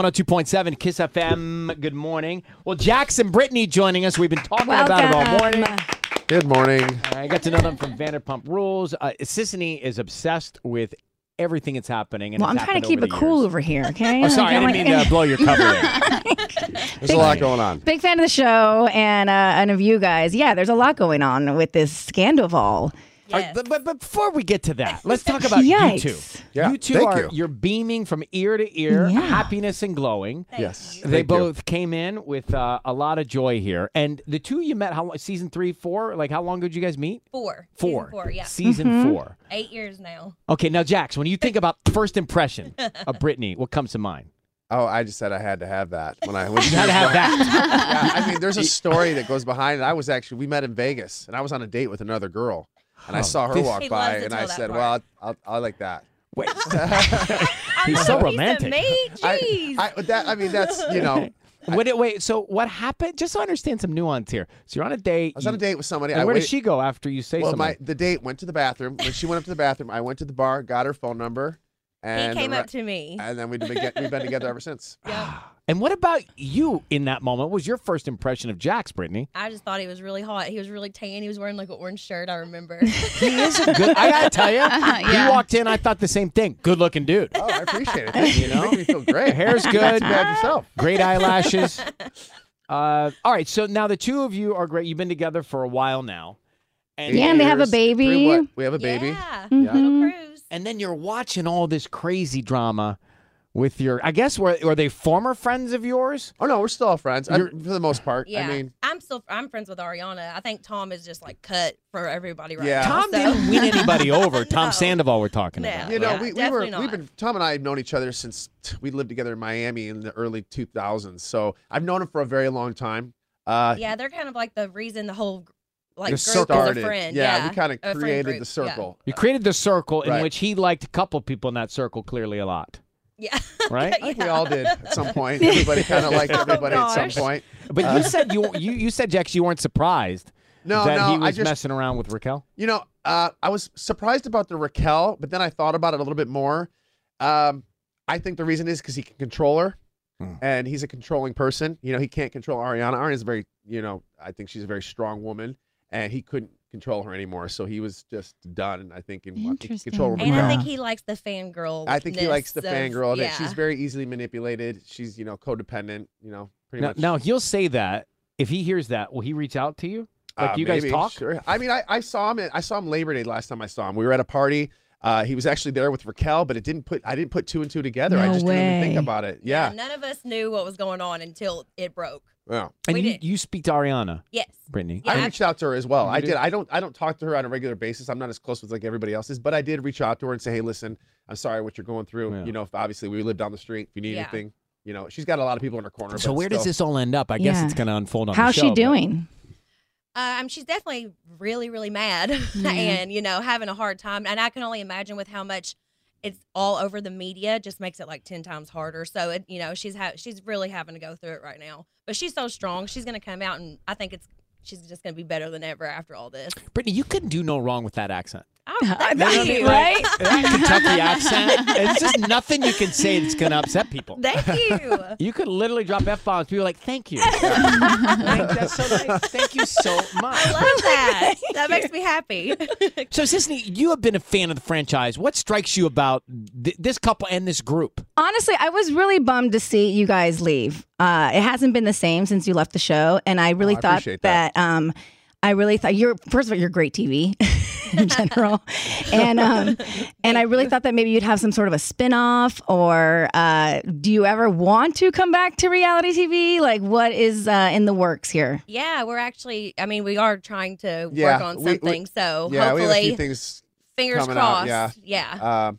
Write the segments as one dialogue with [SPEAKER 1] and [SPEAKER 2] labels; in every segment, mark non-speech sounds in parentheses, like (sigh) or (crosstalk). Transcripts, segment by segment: [SPEAKER 1] 102.7 Kiss FM. Good morning. Well, Jackson Brittany joining us. We've been talking about it all morning.
[SPEAKER 2] Good morning.
[SPEAKER 1] I got to know them from Vanderpump Rules. Uh, Sissany is obsessed with everything that's happening. And
[SPEAKER 3] Well, I'm
[SPEAKER 1] it's
[SPEAKER 3] trying to
[SPEAKER 1] happened
[SPEAKER 3] keep
[SPEAKER 1] over
[SPEAKER 3] it
[SPEAKER 1] the
[SPEAKER 3] cool
[SPEAKER 1] years.
[SPEAKER 3] over here, okay?
[SPEAKER 1] Oh, sorry, I
[SPEAKER 3] I'm
[SPEAKER 1] didn't mean to blow
[SPEAKER 3] (laughs)
[SPEAKER 1] your cover. there.
[SPEAKER 2] There's a lot going on.
[SPEAKER 3] Big fan of the show and uh, and of you guys. Yeah, there's a lot going on with this scandal.
[SPEAKER 1] All right, but, but- but before we get to that, let's talk about
[SPEAKER 3] Yikes.
[SPEAKER 1] you two.
[SPEAKER 2] Yeah,
[SPEAKER 1] you two
[SPEAKER 2] thank
[SPEAKER 1] are
[SPEAKER 2] you.
[SPEAKER 1] are beaming from ear to ear,
[SPEAKER 3] Yeah.
[SPEAKER 1] happiness and glowing.
[SPEAKER 2] Yes.
[SPEAKER 1] They
[SPEAKER 2] Thank you.
[SPEAKER 1] both came in with uh, a lot of joy here, and the two you met how long? Season three, four? Like how long ago did you guys meet?
[SPEAKER 4] Four. Season
[SPEAKER 1] Four.
[SPEAKER 4] four, yeah.
[SPEAKER 1] Season
[SPEAKER 2] Mm-hmm.
[SPEAKER 1] four.
[SPEAKER 4] Eight years now.
[SPEAKER 1] Okay, now Jax, when you think about first impression
[SPEAKER 4] (laughs)
[SPEAKER 1] of Brittany, what comes to
[SPEAKER 2] (laughs)
[SPEAKER 1] mind?
[SPEAKER 2] Oh, I just said I had to have that when I went.
[SPEAKER 1] You gotta have that.
[SPEAKER 2] (laughs) Yeah, I mean, there's a story that goes behind it. I was actually we met in Vegas, and I was on a date with another girl, and I saw her
[SPEAKER 1] this-
[SPEAKER 2] walk
[SPEAKER 4] He
[SPEAKER 2] by,
[SPEAKER 4] loves to
[SPEAKER 2] and I
[SPEAKER 4] tell that
[SPEAKER 2] said,
[SPEAKER 4] part.
[SPEAKER 2] "Well, I'll, I'll, I like that." (laughs)
[SPEAKER 1] Wait, he's so romantic.
[SPEAKER 4] Mate,
[SPEAKER 2] I,
[SPEAKER 4] jeez.
[SPEAKER 2] I, that. I mean, that's you know, I
[SPEAKER 1] Wait, wait, so what happened? Just so I understand some nuance here. So you're on a date.
[SPEAKER 2] was on a
[SPEAKER 1] you-
[SPEAKER 2] date with somebody.
[SPEAKER 1] And
[SPEAKER 2] I
[SPEAKER 1] where
[SPEAKER 2] waited-
[SPEAKER 1] does she go after you say
[SPEAKER 2] Well,
[SPEAKER 1] something?
[SPEAKER 2] my the date went to the bathroom. When she went up to the bathroom, I went to the bar, got her phone number, and
[SPEAKER 4] he came
[SPEAKER 2] the
[SPEAKER 4] up
[SPEAKER 2] re-
[SPEAKER 4] to me.
[SPEAKER 2] and then we've been get- we've been together ever since.
[SPEAKER 1] And what about you in that moment? What was your first impression of Jax, Brittany?
[SPEAKER 4] I just thought he was really hot. He was really tan. He was wearing like an orange shirt. I remember.
[SPEAKER 1] He is a good. I gotta tell you,
[SPEAKER 3] yeah.
[SPEAKER 1] he walked in. I thought the same thing. Good looking dude.
[SPEAKER 2] Oh, I appreciate it. Thank you. You know, me feel
[SPEAKER 1] (laughs)
[SPEAKER 2] great.
[SPEAKER 1] Hair's
[SPEAKER 2] Not
[SPEAKER 1] good.
[SPEAKER 2] too bad yourself.
[SPEAKER 1] Great eyelashes. Uh, all right, so now the two of you are great. You've been together for a while now, and
[SPEAKER 3] Yeah, and they have a
[SPEAKER 2] Years, three
[SPEAKER 3] baby.
[SPEAKER 2] what- We have a baby.
[SPEAKER 4] Yeah.
[SPEAKER 3] Mhm.
[SPEAKER 4] Little Cruz.
[SPEAKER 1] and then you're watching all this crazy drama with your. I guess were were they former friends of yours?
[SPEAKER 2] Oh no, we're still all friends I-
[SPEAKER 1] You're-
[SPEAKER 2] for the most part.
[SPEAKER 4] Yeah.
[SPEAKER 2] I mean,
[SPEAKER 4] am still I'm friends with Ariana. I think Tom is just like cut for everybody right
[SPEAKER 2] Yeah.
[SPEAKER 4] now.
[SPEAKER 1] Tom
[SPEAKER 4] so-
[SPEAKER 1] didn't win anybody over. Tom
[SPEAKER 4] No.
[SPEAKER 1] Sandoval we're talking
[SPEAKER 4] No.
[SPEAKER 1] about.
[SPEAKER 2] you know,
[SPEAKER 4] Yeah,
[SPEAKER 2] we, we were
[SPEAKER 4] definitely not.
[SPEAKER 2] we've been Tom and I have known each other since t- we lived together in Miami in the early 2000s. So I've known him for a very long time. Uh,
[SPEAKER 4] Yeah, they're kind of like the reason the whole like
[SPEAKER 2] we
[SPEAKER 4] group
[SPEAKER 2] started.
[SPEAKER 4] is a friend.
[SPEAKER 2] yeah,
[SPEAKER 4] Yeah,
[SPEAKER 2] we kind of
[SPEAKER 4] a friend
[SPEAKER 2] created
[SPEAKER 4] group,
[SPEAKER 2] the circle.
[SPEAKER 1] You created the circle in
[SPEAKER 2] Right.
[SPEAKER 1] which he liked a couple people in that circle clearly a lot,
[SPEAKER 3] (laughs)
[SPEAKER 4] Yeah.
[SPEAKER 1] right?
[SPEAKER 2] I think we all did at some point. Everybody kind
[SPEAKER 4] (laughs)
[SPEAKER 2] of liked everybody at some
[SPEAKER 4] Oh, gosh.
[SPEAKER 2] point.
[SPEAKER 1] But you said
[SPEAKER 2] (laughs)
[SPEAKER 1] you you you said Jax you weren't surprised
[SPEAKER 2] No,
[SPEAKER 1] that
[SPEAKER 2] no,
[SPEAKER 1] he was
[SPEAKER 2] I just
[SPEAKER 1] messing around with Raquel.
[SPEAKER 2] You know, uh, I was surprised about the Raquel, but then I thought about it a little bit more. Um, I think the reason is because he can control her,
[SPEAKER 1] Mm.
[SPEAKER 2] and he's a controlling person. You know, he can't control Ariana. Ariana's very, you know, I think she's a very strong woman, and he couldn't control her anymore. So he was just done. I think and I think he controlled
[SPEAKER 3] Interesting.
[SPEAKER 4] (laughs) And I
[SPEAKER 2] Raquel.
[SPEAKER 4] think he likes the fangirl.
[SPEAKER 2] I think he likes the fangirl. and
[SPEAKER 4] Yeah.
[SPEAKER 2] She's very easily manipulated. She's, you know, codependent. You know, pretty
[SPEAKER 1] Now,
[SPEAKER 2] much.
[SPEAKER 1] now he'll say that if he hears that, will he reach out to you? Like
[SPEAKER 2] Uh,
[SPEAKER 1] you guys
[SPEAKER 2] maybe,
[SPEAKER 1] talk?
[SPEAKER 2] Sure. I mean, I, I saw him. At, I saw him Labor Day last time I saw him. We were at a party. Uh, he was actually there with Raquel, but it didn't put. I didn't put two and two together. I
[SPEAKER 3] No
[SPEAKER 2] just didn't even think
[SPEAKER 3] way.
[SPEAKER 2] about it. Yeah.
[SPEAKER 4] None of us knew what was going on until it broke.
[SPEAKER 2] Wow.
[SPEAKER 1] And you, you speak to Ariana,
[SPEAKER 4] Yes.
[SPEAKER 1] Brittany.
[SPEAKER 2] I reached out to her as well.
[SPEAKER 1] You
[SPEAKER 2] I
[SPEAKER 1] did?
[SPEAKER 2] did. I don't. I don't talk to her on a regular basis. I'm not as close with like everybody else is, but I did reach out to her and say, "Hey, listen, I'm sorry what you're going through.
[SPEAKER 1] Yeah.
[SPEAKER 2] You know, if obviously we live down the street. If you need
[SPEAKER 4] Yeah.
[SPEAKER 2] anything, you know, she's got a lot of people in her corner.
[SPEAKER 1] So
[SPEAKER 2] but
[SPEAKER 1] where does
[SPEAKER 2] still.
[SPEAKER 1] this all end up? I guess
[SPEAKER 3] Yeah.
[SPEAKER 1] it's going to unfold on.
[SPEAKER 3] How's
[SPEAKER 1] the
[SPEAKER 3] she
[SPEAKER 1] show, but-
[SPEAKER 3] doing?
[SPEAKER 4] Uh, Um, she's definitely really, really mad (laughs)
[SPEAKER 5] Mm-hmm.
[SPEAKER 4] and, you know, having a hard time. And I can only imagine with how much it's all over the media just makes it like 10 times harder. So, it, you know, she's ha- she's really having to go through it right now. But she's so strong. She's going to come out and I think it's she's just going to be better than ever after all this.
[SPEAKER 1] Brittany, you couldn't do no wrong with
[SPEAKER 3] (laughs)
[SPEAKER 1] that accent.
[SPEAKER 4] I
[SPEAKER 1] You know what I
[SPEAKER 5] (laughs)
[SPEAKER 4] thank
[SPEAKER 1] mean?
[SPEAKER 4] you.
[SPEAKER 1] Like, that Kentucky accent. It's just nothing you can say that's going to upset people.
[SPEAKER 4] Thank you. (laughs)
[SPEAKER 1] You could literally drop f bombs. People are like, "Thank you." Like, that's so nice. Thank you so much.
[SPEAKER 4] I love that. that makes me happy.
[SPEAKER 1] So, Sisney, you have been a fan of the franchise. What strikes you about th- this couple and this group?
[SPEAKER 3] Honestly, I was really bummed to see you guys leave. Uh, it hasn't been the same since you left the show, and I really
[SPEAKER 2] Oh, I
[SPEAKER 3] thought
[SPEAKER 2] appreciate
[SPEAKER 3] that. um, I really thought you're first of all you're great TV (laughs) in general, and um, and I really thought that maybe you'd have some sort of a spin-off or uh, do you ever want to come back to reality TV? Like, what is uh, in the works here?
[SPEAKER 4] Yeah, we're actually, I mean, we are trying to
[SPEAKER 2] Yeah,
[SPEAKER 4] work on
[SPEAKER 2] we- we-
[SPEAKER 4] something. so
[SPEAKER 2] yeah, we have a few
[SPEAKER 4] hopefully,
[SPEAKER 2] things
[SPEAKER 4] fingers
[SPEAKER 2] coming out,
[SPEAKER 4] crossed.
[SPEAKER 2] yeah.
[SPEAKER 4] yeah.
[SPEAKER 2] Um,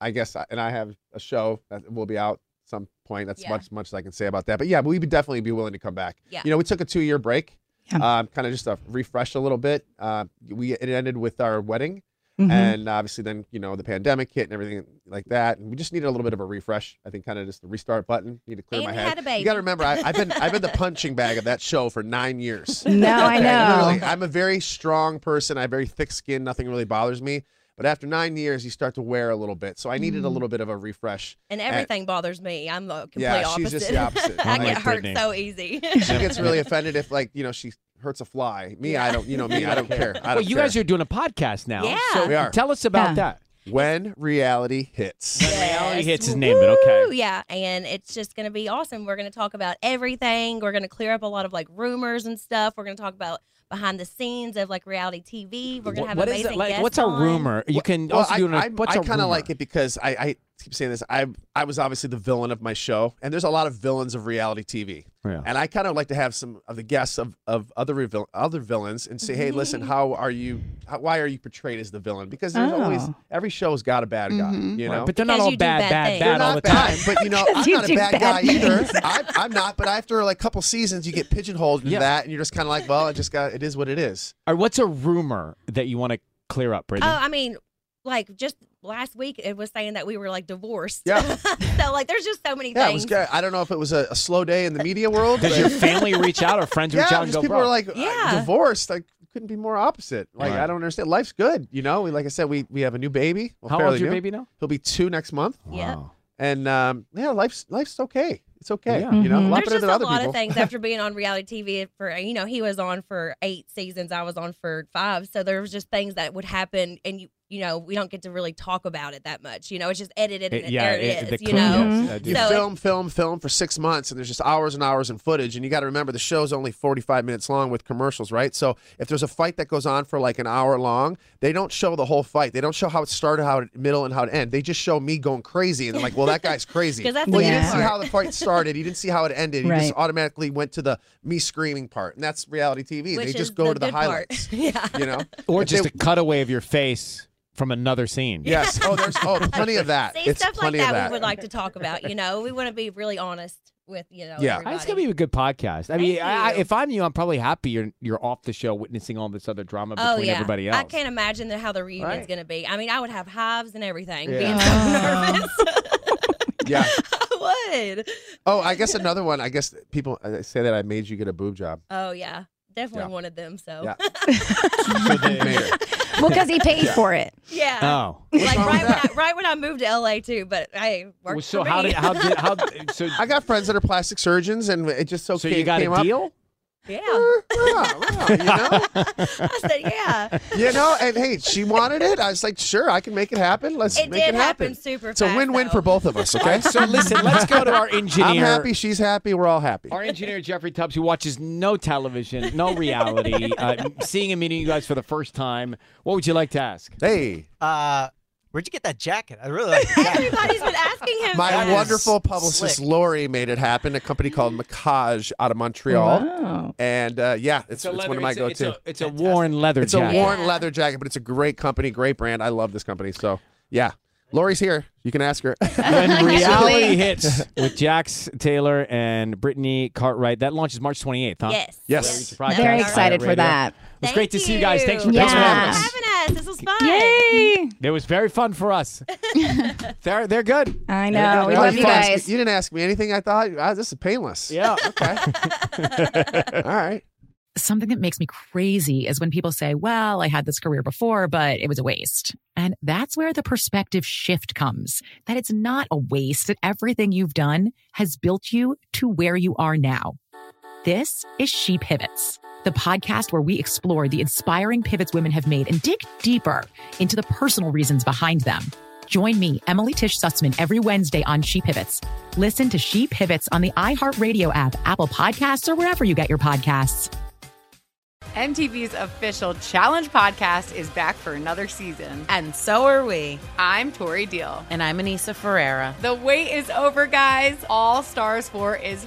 [SPEAKER 2] I guess, I- and I have a show that will be out some point. That's
[SPEAKER 4] Yeah.
[SPEAKER 2] much much as I can say about that. But yeah, we would definitely be willing to come back.
[SPEAKER 4] Yeah.
[SPEAKER 2] You know, we took a two year break,
[SPEAKER 3] Yeah.
[SPEAKER 2] um, kind of just to refresh a little bit. Uh, we it ended with our wedding,
[SPEAKER 3] Mhm.
[SPEAKER 2] and obviously then you know the pandemic hit and everything like that, and we just needed a little bit of a refresh. I think kind of just the restart button. Need to clear
[SPEAKER 4] And
[SPEAKER 2] my
[SPEAKER 4] we
[SPEAKER 2] head.
[SPEAKER 4] had a baby.
[SPEAKER 2] You got to remember, I, I've been I've
[SPEAKER 4] (laughs)
[SPEAKER 2] been the punching bag of that show for nine years.
[SPEAKER 3] No, I
[SPEAKER 2] (laughs) Okay, literally,
[SPEAKER 3] know.
[SPEAKER 2] I'm a very strong person. I have very thick skin. Nothing really bothers me. But after nine years, you start to wear a little bit. So I needed a little bit of a refresh.
[SPEAKER 4] And
[SPEAKER 2] And-
[SPEAKER 4] everything bothers me. I'm the complete
[SPEAKER 2] Yeah,
[SPEAKER 4] opposite.
[SPEAKER 2] she's just
[SPEAKER 6] (laughs)
[SPEAKER 2] the
[SPEAKER 4] (laughs)
[SPEAKER 2] opposite.
[SPEAKER 4] I
[SPEAKER 2] Like
[SPEAKER 4] get hurt
[SPEAKER 1] Brittany.
[SPEAKER 4] so easy. (laughs)
[SPEAKER 2] She gets really offended if, like, you know, she hurts a fly. Me, I don't. You know me, I don't care. I don't
[SPEAKER 1] well, you
[SPEAKER 2] care.
[SPEAKER 1] guys are doing a podcast now.
[SPEAKER 4] Yeah.
[SPEAKER 1] So
[SPEAKER 2] We are.
[SPEAKER 1] Tell us about
[SPEAKER 3] Yeah.
[SPEAKER 1] that.
[SPEAKER 2] when reality hits.
[SPEAKER 1] Reality
[SPEAKER 4] Yes.
[SPEAKER 1] hits his name, but okay.
[SPEAKER 4] Woo, yeah, and it's just going to be awesome. We're going to talk about everything. We're going to clear up a lot of like rumors and stuff. We're going to talk about behind the scenes of like reality TV. We're going to
[SPEAKER 1] Wh-
[SPEAKER 4] have
[SPEAKER 1] what is
[SPEAKER 4] amazing
[SPEAKER 1] it like?
[SPEAKER 4] guests
[SPEAKER 1] What's a
[SPEAKER 4] on.
[SPEAKER 1] rumor? You
[SPEAKER 2] Well-
[SPEAKER 1] can
[SPEAKER 2] well,
[SPEAKER 1] also
[SPEAKER 2] I,
[SPEAKER 1] do an.
[SPEAKER 2] I,
[SPEAKER 1] what's
[SPEAKER 2] I
[SPEAKER 1] a
[SPEAKER 2] kind
[SPEAKER 1] rumor?
[SPEAKER 2] of like it because I, I keep saying this. I I was obviously the villain of my show, and there's a lot of villains of reality TV.
[SPEAKER 1] Yeah.
[SPEAKER 2] And I kind of like to have some of the guests of, of other reveal, other villains and say, hey, listen, how are you? How, why are you portrayed as the villain? Because there's always
[SPEAKER 3] Oh.
[SPEAKER 2] every show's got a bad guy, you know.
[SPEAKER 1] Right, but they're not
[SPEAKER 4] Because
[SPEAKER 1] all
[SPEAKER 4] you do bad
[SPEAKER 1] bad, bad,
[SPEAKER 4] things.
[SPEAKER 2] They're
[SPEAKER 1] bad all
[SPEAKER 2] not
[SPEAKER 1] the
[SPEAKER 2] bad,
[SPEAKER 1] time.
[SPEAKER 2] but you know,
[SPEAKER 3] 'Cause
[SPEAKER 2] I'm
[SPEAKER 3] you
[SPEAKER 2] not a
[SPEAKER 3] do
[SPEAKER 2] bad,
[SPEAKER 3] bad
[SPEAKER 2] guy either.
[SPEAKER 3] things.
[SPEAKER 2] I, (laughs) I'm not, but after like a couple seasons, you get pigeonholed into
[SPEAKER 1] Yeah.
[SPEAKER 2] that, and you're just kind of like, well, it just got, it is what it is.
[SPEAKER 1] Or what's a rumor that you want to clear up, Brittany?
[SPEAKER 4] Oh, I mean, like just last week it was saying that we were like divorced. (laughs)
[SPEAKER 2] Yeah.
[SPEAKER 4] so like there's just so many
[SPEAKER 2] Yeah, it
[SPEAKER 4] things.
[SPEAKER 2] was good. I don't know if it was a, a slow day in the media world.
[SPEAKER 1] Does
[SPEAKER 2] but-
[SPEAKER 1] your family reach out or friends reach
[SPEAKER 2] yeah,
[SPEAKER 1] out and
[SPEAKER 2] just
[SPEAKER 1] go,
[SPEAKER 2] people
[SPEAKER 1] bro?
[SPEAKER 2] are like, yeah.
[SPEAKER 4] Yeah.
[SPEAKER 2] divorced. Like, couldn't be more opposite. Like,
[SPEAKER 1] Right.
[SPEAKER 2] I don't understand. Life's good, you know. We, like I said, we we have a new baby. Well,
[SPEAKER 1] How
[SPEAKER 2] fairly
[SPEAKER 1] old's your
[SPEAKER 2] new.
[SPEAKER 1] baby now?
[SPEAKER 2] He'll be two next month,
[SPEAKER 4] Yeah.
[SPEAKER 1] Wow.
[SPEAKER 2] and um, yeah, life's life's okay. It's okay.
[SPEAKER 1] Yeah.
[SPEAKER 2] You know, a lot
[SPEAKER 4] There's just
[SPEAKER 2] better than
[SPEAKER 4] a
[SPEAKER 2] other
[SPEAKER 4] lot
[SPEAKER 2] people.
[SPEAKER 4] of things after being on reality TV for you know he was on for eight seasons, I was on for five, so there was just things that would happen, and you you know we don't get to really talk about it that much. You know, it's just edited and
[SPEAKER 1] It- yeah,
[SPEAKER 4] there it
[SPEAKER 1] it-
[SPEAKER 4] is.
[SPEAKER 1] the
[SPEAKER 4] you
[SPEAKER 1] clip,
[SPEAKER 4] know,
[SPEAKER 1] yes, I do.
[SPEAKER 2] You
[SPEAKER 4] So it-
[SPEAKER 2] film, film, film for six months, and there's just hours and hours in footage. And you got to remember the show's only 45 minutes long with commercials, right? So if there's a fight that goes on for like an hour long, they don't show the whole fight. They don't show how it started, how it middle, and how it end. They just show me going crazy, and they're like, "Well,
[SPEAKER 4] (laughs)
[SPEAKER 2] that guy's crazy."
[SPEAKER 4] 'Cause that's the
[SPEAKER 2] well, you
[SPEAKER 3] good
[SPEAKER 2] didn't see
[SPEAKER 4] part.
[SPEAKER 2] how the fight started. You didn't see how it ended. You just
[SPEAKER 3] Right.
[SPEAKER 2] automatically went to the me screaming part, and that's reality TV.
[SPEAKER 4] which
[SPEAKER 2] they
[SPEAKER 4] is
[SPEAKER 2] just go to the
[SPEAKER 4] good part.
[SPEAKER 2] highlights,
[SPEAKER 4] (laughs) yeah.
[SPEAKER 2] you know.
[SPEAKER 1] Or
[SPEAKER 2] If
[SPEAKER 1] just
[SPEAKER 2] they-
[SPEAKER 1] a cutaway of your face from another scene.
[SPEAKER 2] yes. Oh, there's oh plenty of
[SPEAKER 4] (laughs)
[SPEAKER 2] that.
[SPEAKER 4] See,
[SPEAKER 2] it's
[SPEAKER 4] stuff like
[SPEAKER 2] plenty
[SPEAKER 4] that,
[SPEAKER 2] of that.
[SPEAKER 4] we would like to talk about. You know, we want to be really honest with you know.
[SPEAKER 2] Yeah.
[SPEAKER 4] everybody.
[SPEAKER 1] Ah, It's gonna be a good podcast. I mean,
[SPEAKER 4] Thank
[SPEAKER 1] I, I-
[SPEAKER 4] you.
[SPEAKER 1] if I'm you, I'm probably happy you're you're off the show, witnessing all this other drama between
[SPEAKER 4] Oh yeah,
[SPEAKER 1] everybody else.
[SPEAKER 4] I can't imagine that how the reunion's
[SPEAKER 2] Right.
[SPEAKER 4] gonna be. I mean, I would have hives and everything.
[SPEAKER 2] Yeah.
[SPEAKER 4] Being
[SPEAKER 2] (laughs)
[SPEAKER 4] so nervous,
[SPEAKER 2] yeah.
[SPEAKER 4] (laughs) I would.
[SPEAKER 2] Oh, I guess another one. I guess people uh, say that I made you get a boob job.
[SPEAKER 4] Oh yeah, definitely
[SPEAKER 2] Yeah.
[SPEAKER 4] wanted them.
[SPEAKER 7] Oh.
[SPEAKER 4] So
[SPEAKER 2] Yeah.
[SPEAKER 4] yeah, (laughs)
[SPEAKER 2] Made it.
[SPEAKER 3] Well, because he paid for it.
[SPEAKER 1] (laughs) Oh.
[SPEAKER 2] (laughs)
[SPEAKER 4] like
[SPEAKER 2] wrong
[SPEAKER 4] right when
[SPEAKER 2] with
[SPEAKER 4] I, right when I moved to LA too. But hey, worked
[SPEAKER 1] so
[SPEAKER 4] for
[SPEAKER 1] how
[SPEAKER 4] me.
[SPEAKER 1] did how did how so
[SPEAKER 2] I got friends that are plastic surgeons, and it just so,
[SPEAKER 1] so
[SPEAKER 2] came,
[SPEAKER 1] you got
[SPEAKER 2] (laughs) came
[SPEAKER 1] a
[SPEAKER 2] up.
[SPEAKER 1] deal?
[SPEAKER 4] (laughs) Yeah.
[SPEAKER 2] you know?
[SPEAKER 4] I said,
[SPEAKER 2] (laughs)
[SPEAKER 4] yeah.
[SPEAKER 2] You know, and hey, she wanted it. I was like, sure, I can make it happen. Let's
[SPEAKER 4] It
[SPEAKER 2] make
[SPEAKER 4] did
[SPEAKER 2] it happen.
[SPEAKER 4] happen super
[SPEAKER 2] It's a
[SPEAKER 4] fast,
[SPEAKER 2] win-win for both of us.
[SPEAKER 1] All
[SPEAKER 2] Okay.
[SPEAKER 1] right, so listen, let's go to our engineer.
[SPEAKER 2] (laughs) I'm happy. She's happy. We're all happy.
[SPEAKER 1] Our engineer Jeffrey Tubbs, who watches no television, no reality, uh, seeing and meeting you guys for the first time. What would you like to ask?
[SPEAKER 2] Hey,
[SPEAKER 7] Uh, where'd you get that jacket? I really like that.
[SPEAKER 4] Everybody's been asking him.
[SPEAKER 2] My
[SPEAKER 4] that.
[SPEAKER 2] wonderful publicist Lori made it happen. A company called Macage out of Montreal.
[SPEAKER 1] Wow.
[SPEAKER 7] Mm-hmm.
[SPEAKER 2] And uh, yeah, it's, it's, one of my
[SPEAKER 1] it's
[SPEAKER 2] go-to.
[SPEAKER 1] A, it's a worn leather
[SPEAKER 2] It's a
[SPEAKER 1] jacket.
[SPEAKER 2] worn leather jacket, but it's a great company, great brand. I love this company. So yeah, Lori's here. You can ask her. (laughs)
[SPEAKER 3] (laughs)
[SPEAKER 1] when reality hits with Jax Taylor and Brittany Cartwright. That launches March 28th, huh?
[SPEAKER 4] Yes.
[SPEAKER 2] Yes.
[SPEAKER 1] Celebrity Surprise
[SPEAKER 3] Very
[SPEAKER 1] Cast,
[SPEAKER 3] excited
[SPEAKER 1] Pirate
[SPEAKER 3] for
[SPEAKER 1] Radio.
[SPEAKER 3] that.
[SPEAKER 1] It was great to see you guys. Thanks for
[SPEAKER 3] Yeah.
[SPEAKER 1] coming on.
[SPEAKER 3] Thanks
[SPEAKER 4] for having us. This was fun.
[SPEAKER 3] Yay!
[SPEAKER 1] It was very fun
[SPEAKER 3] (laughs)
[SPEAKER 1] for us. they're they're good.
[SPEAKER 3] I
[SPEAKER 1] They're
[SPEAKER 3] know.
[SPEAKER 1] good.
[SPEAKER 3] We
[SPEAKER 1] They're
[SPEAKER 3] love
[SPEAKER 1] good
[SPEAKER 3] you
[SPEAKER 1] fun.
[SPEAKER 3] guys.
[SPEAKER 2] You didn't ask me anything. I thought ah, this is painless. Yeah. Okay. All right.
[SPEAKER 8] Something that makes me crazy is when people say, Well, I had this career before, but it was a waste. And that's where the perspective shift comes that it's not a waste, that everything you've done has built you to where you are now. This is She Pivots, the podcast where we explore the inspiring pivots women have made and dig deeper into the personal reasons behind them. Join me, Emily Tish Sussman, every Wednesday on She Pivots. Listen to She Pivots on the iHeartRadio app, Apple Podcasts, or wherever you get your podcasts.
[SPEAKER 5] MTV's official Challenge podcast is back for another season.
[SPEAKER 6] And so are we.
[SPEAKER 5] I'm Tori Deal.
[SPEAKER 6] And I'm Anissa Ferreira.
[SPEAKER 5] The wait is over, guys. All Stars 4 is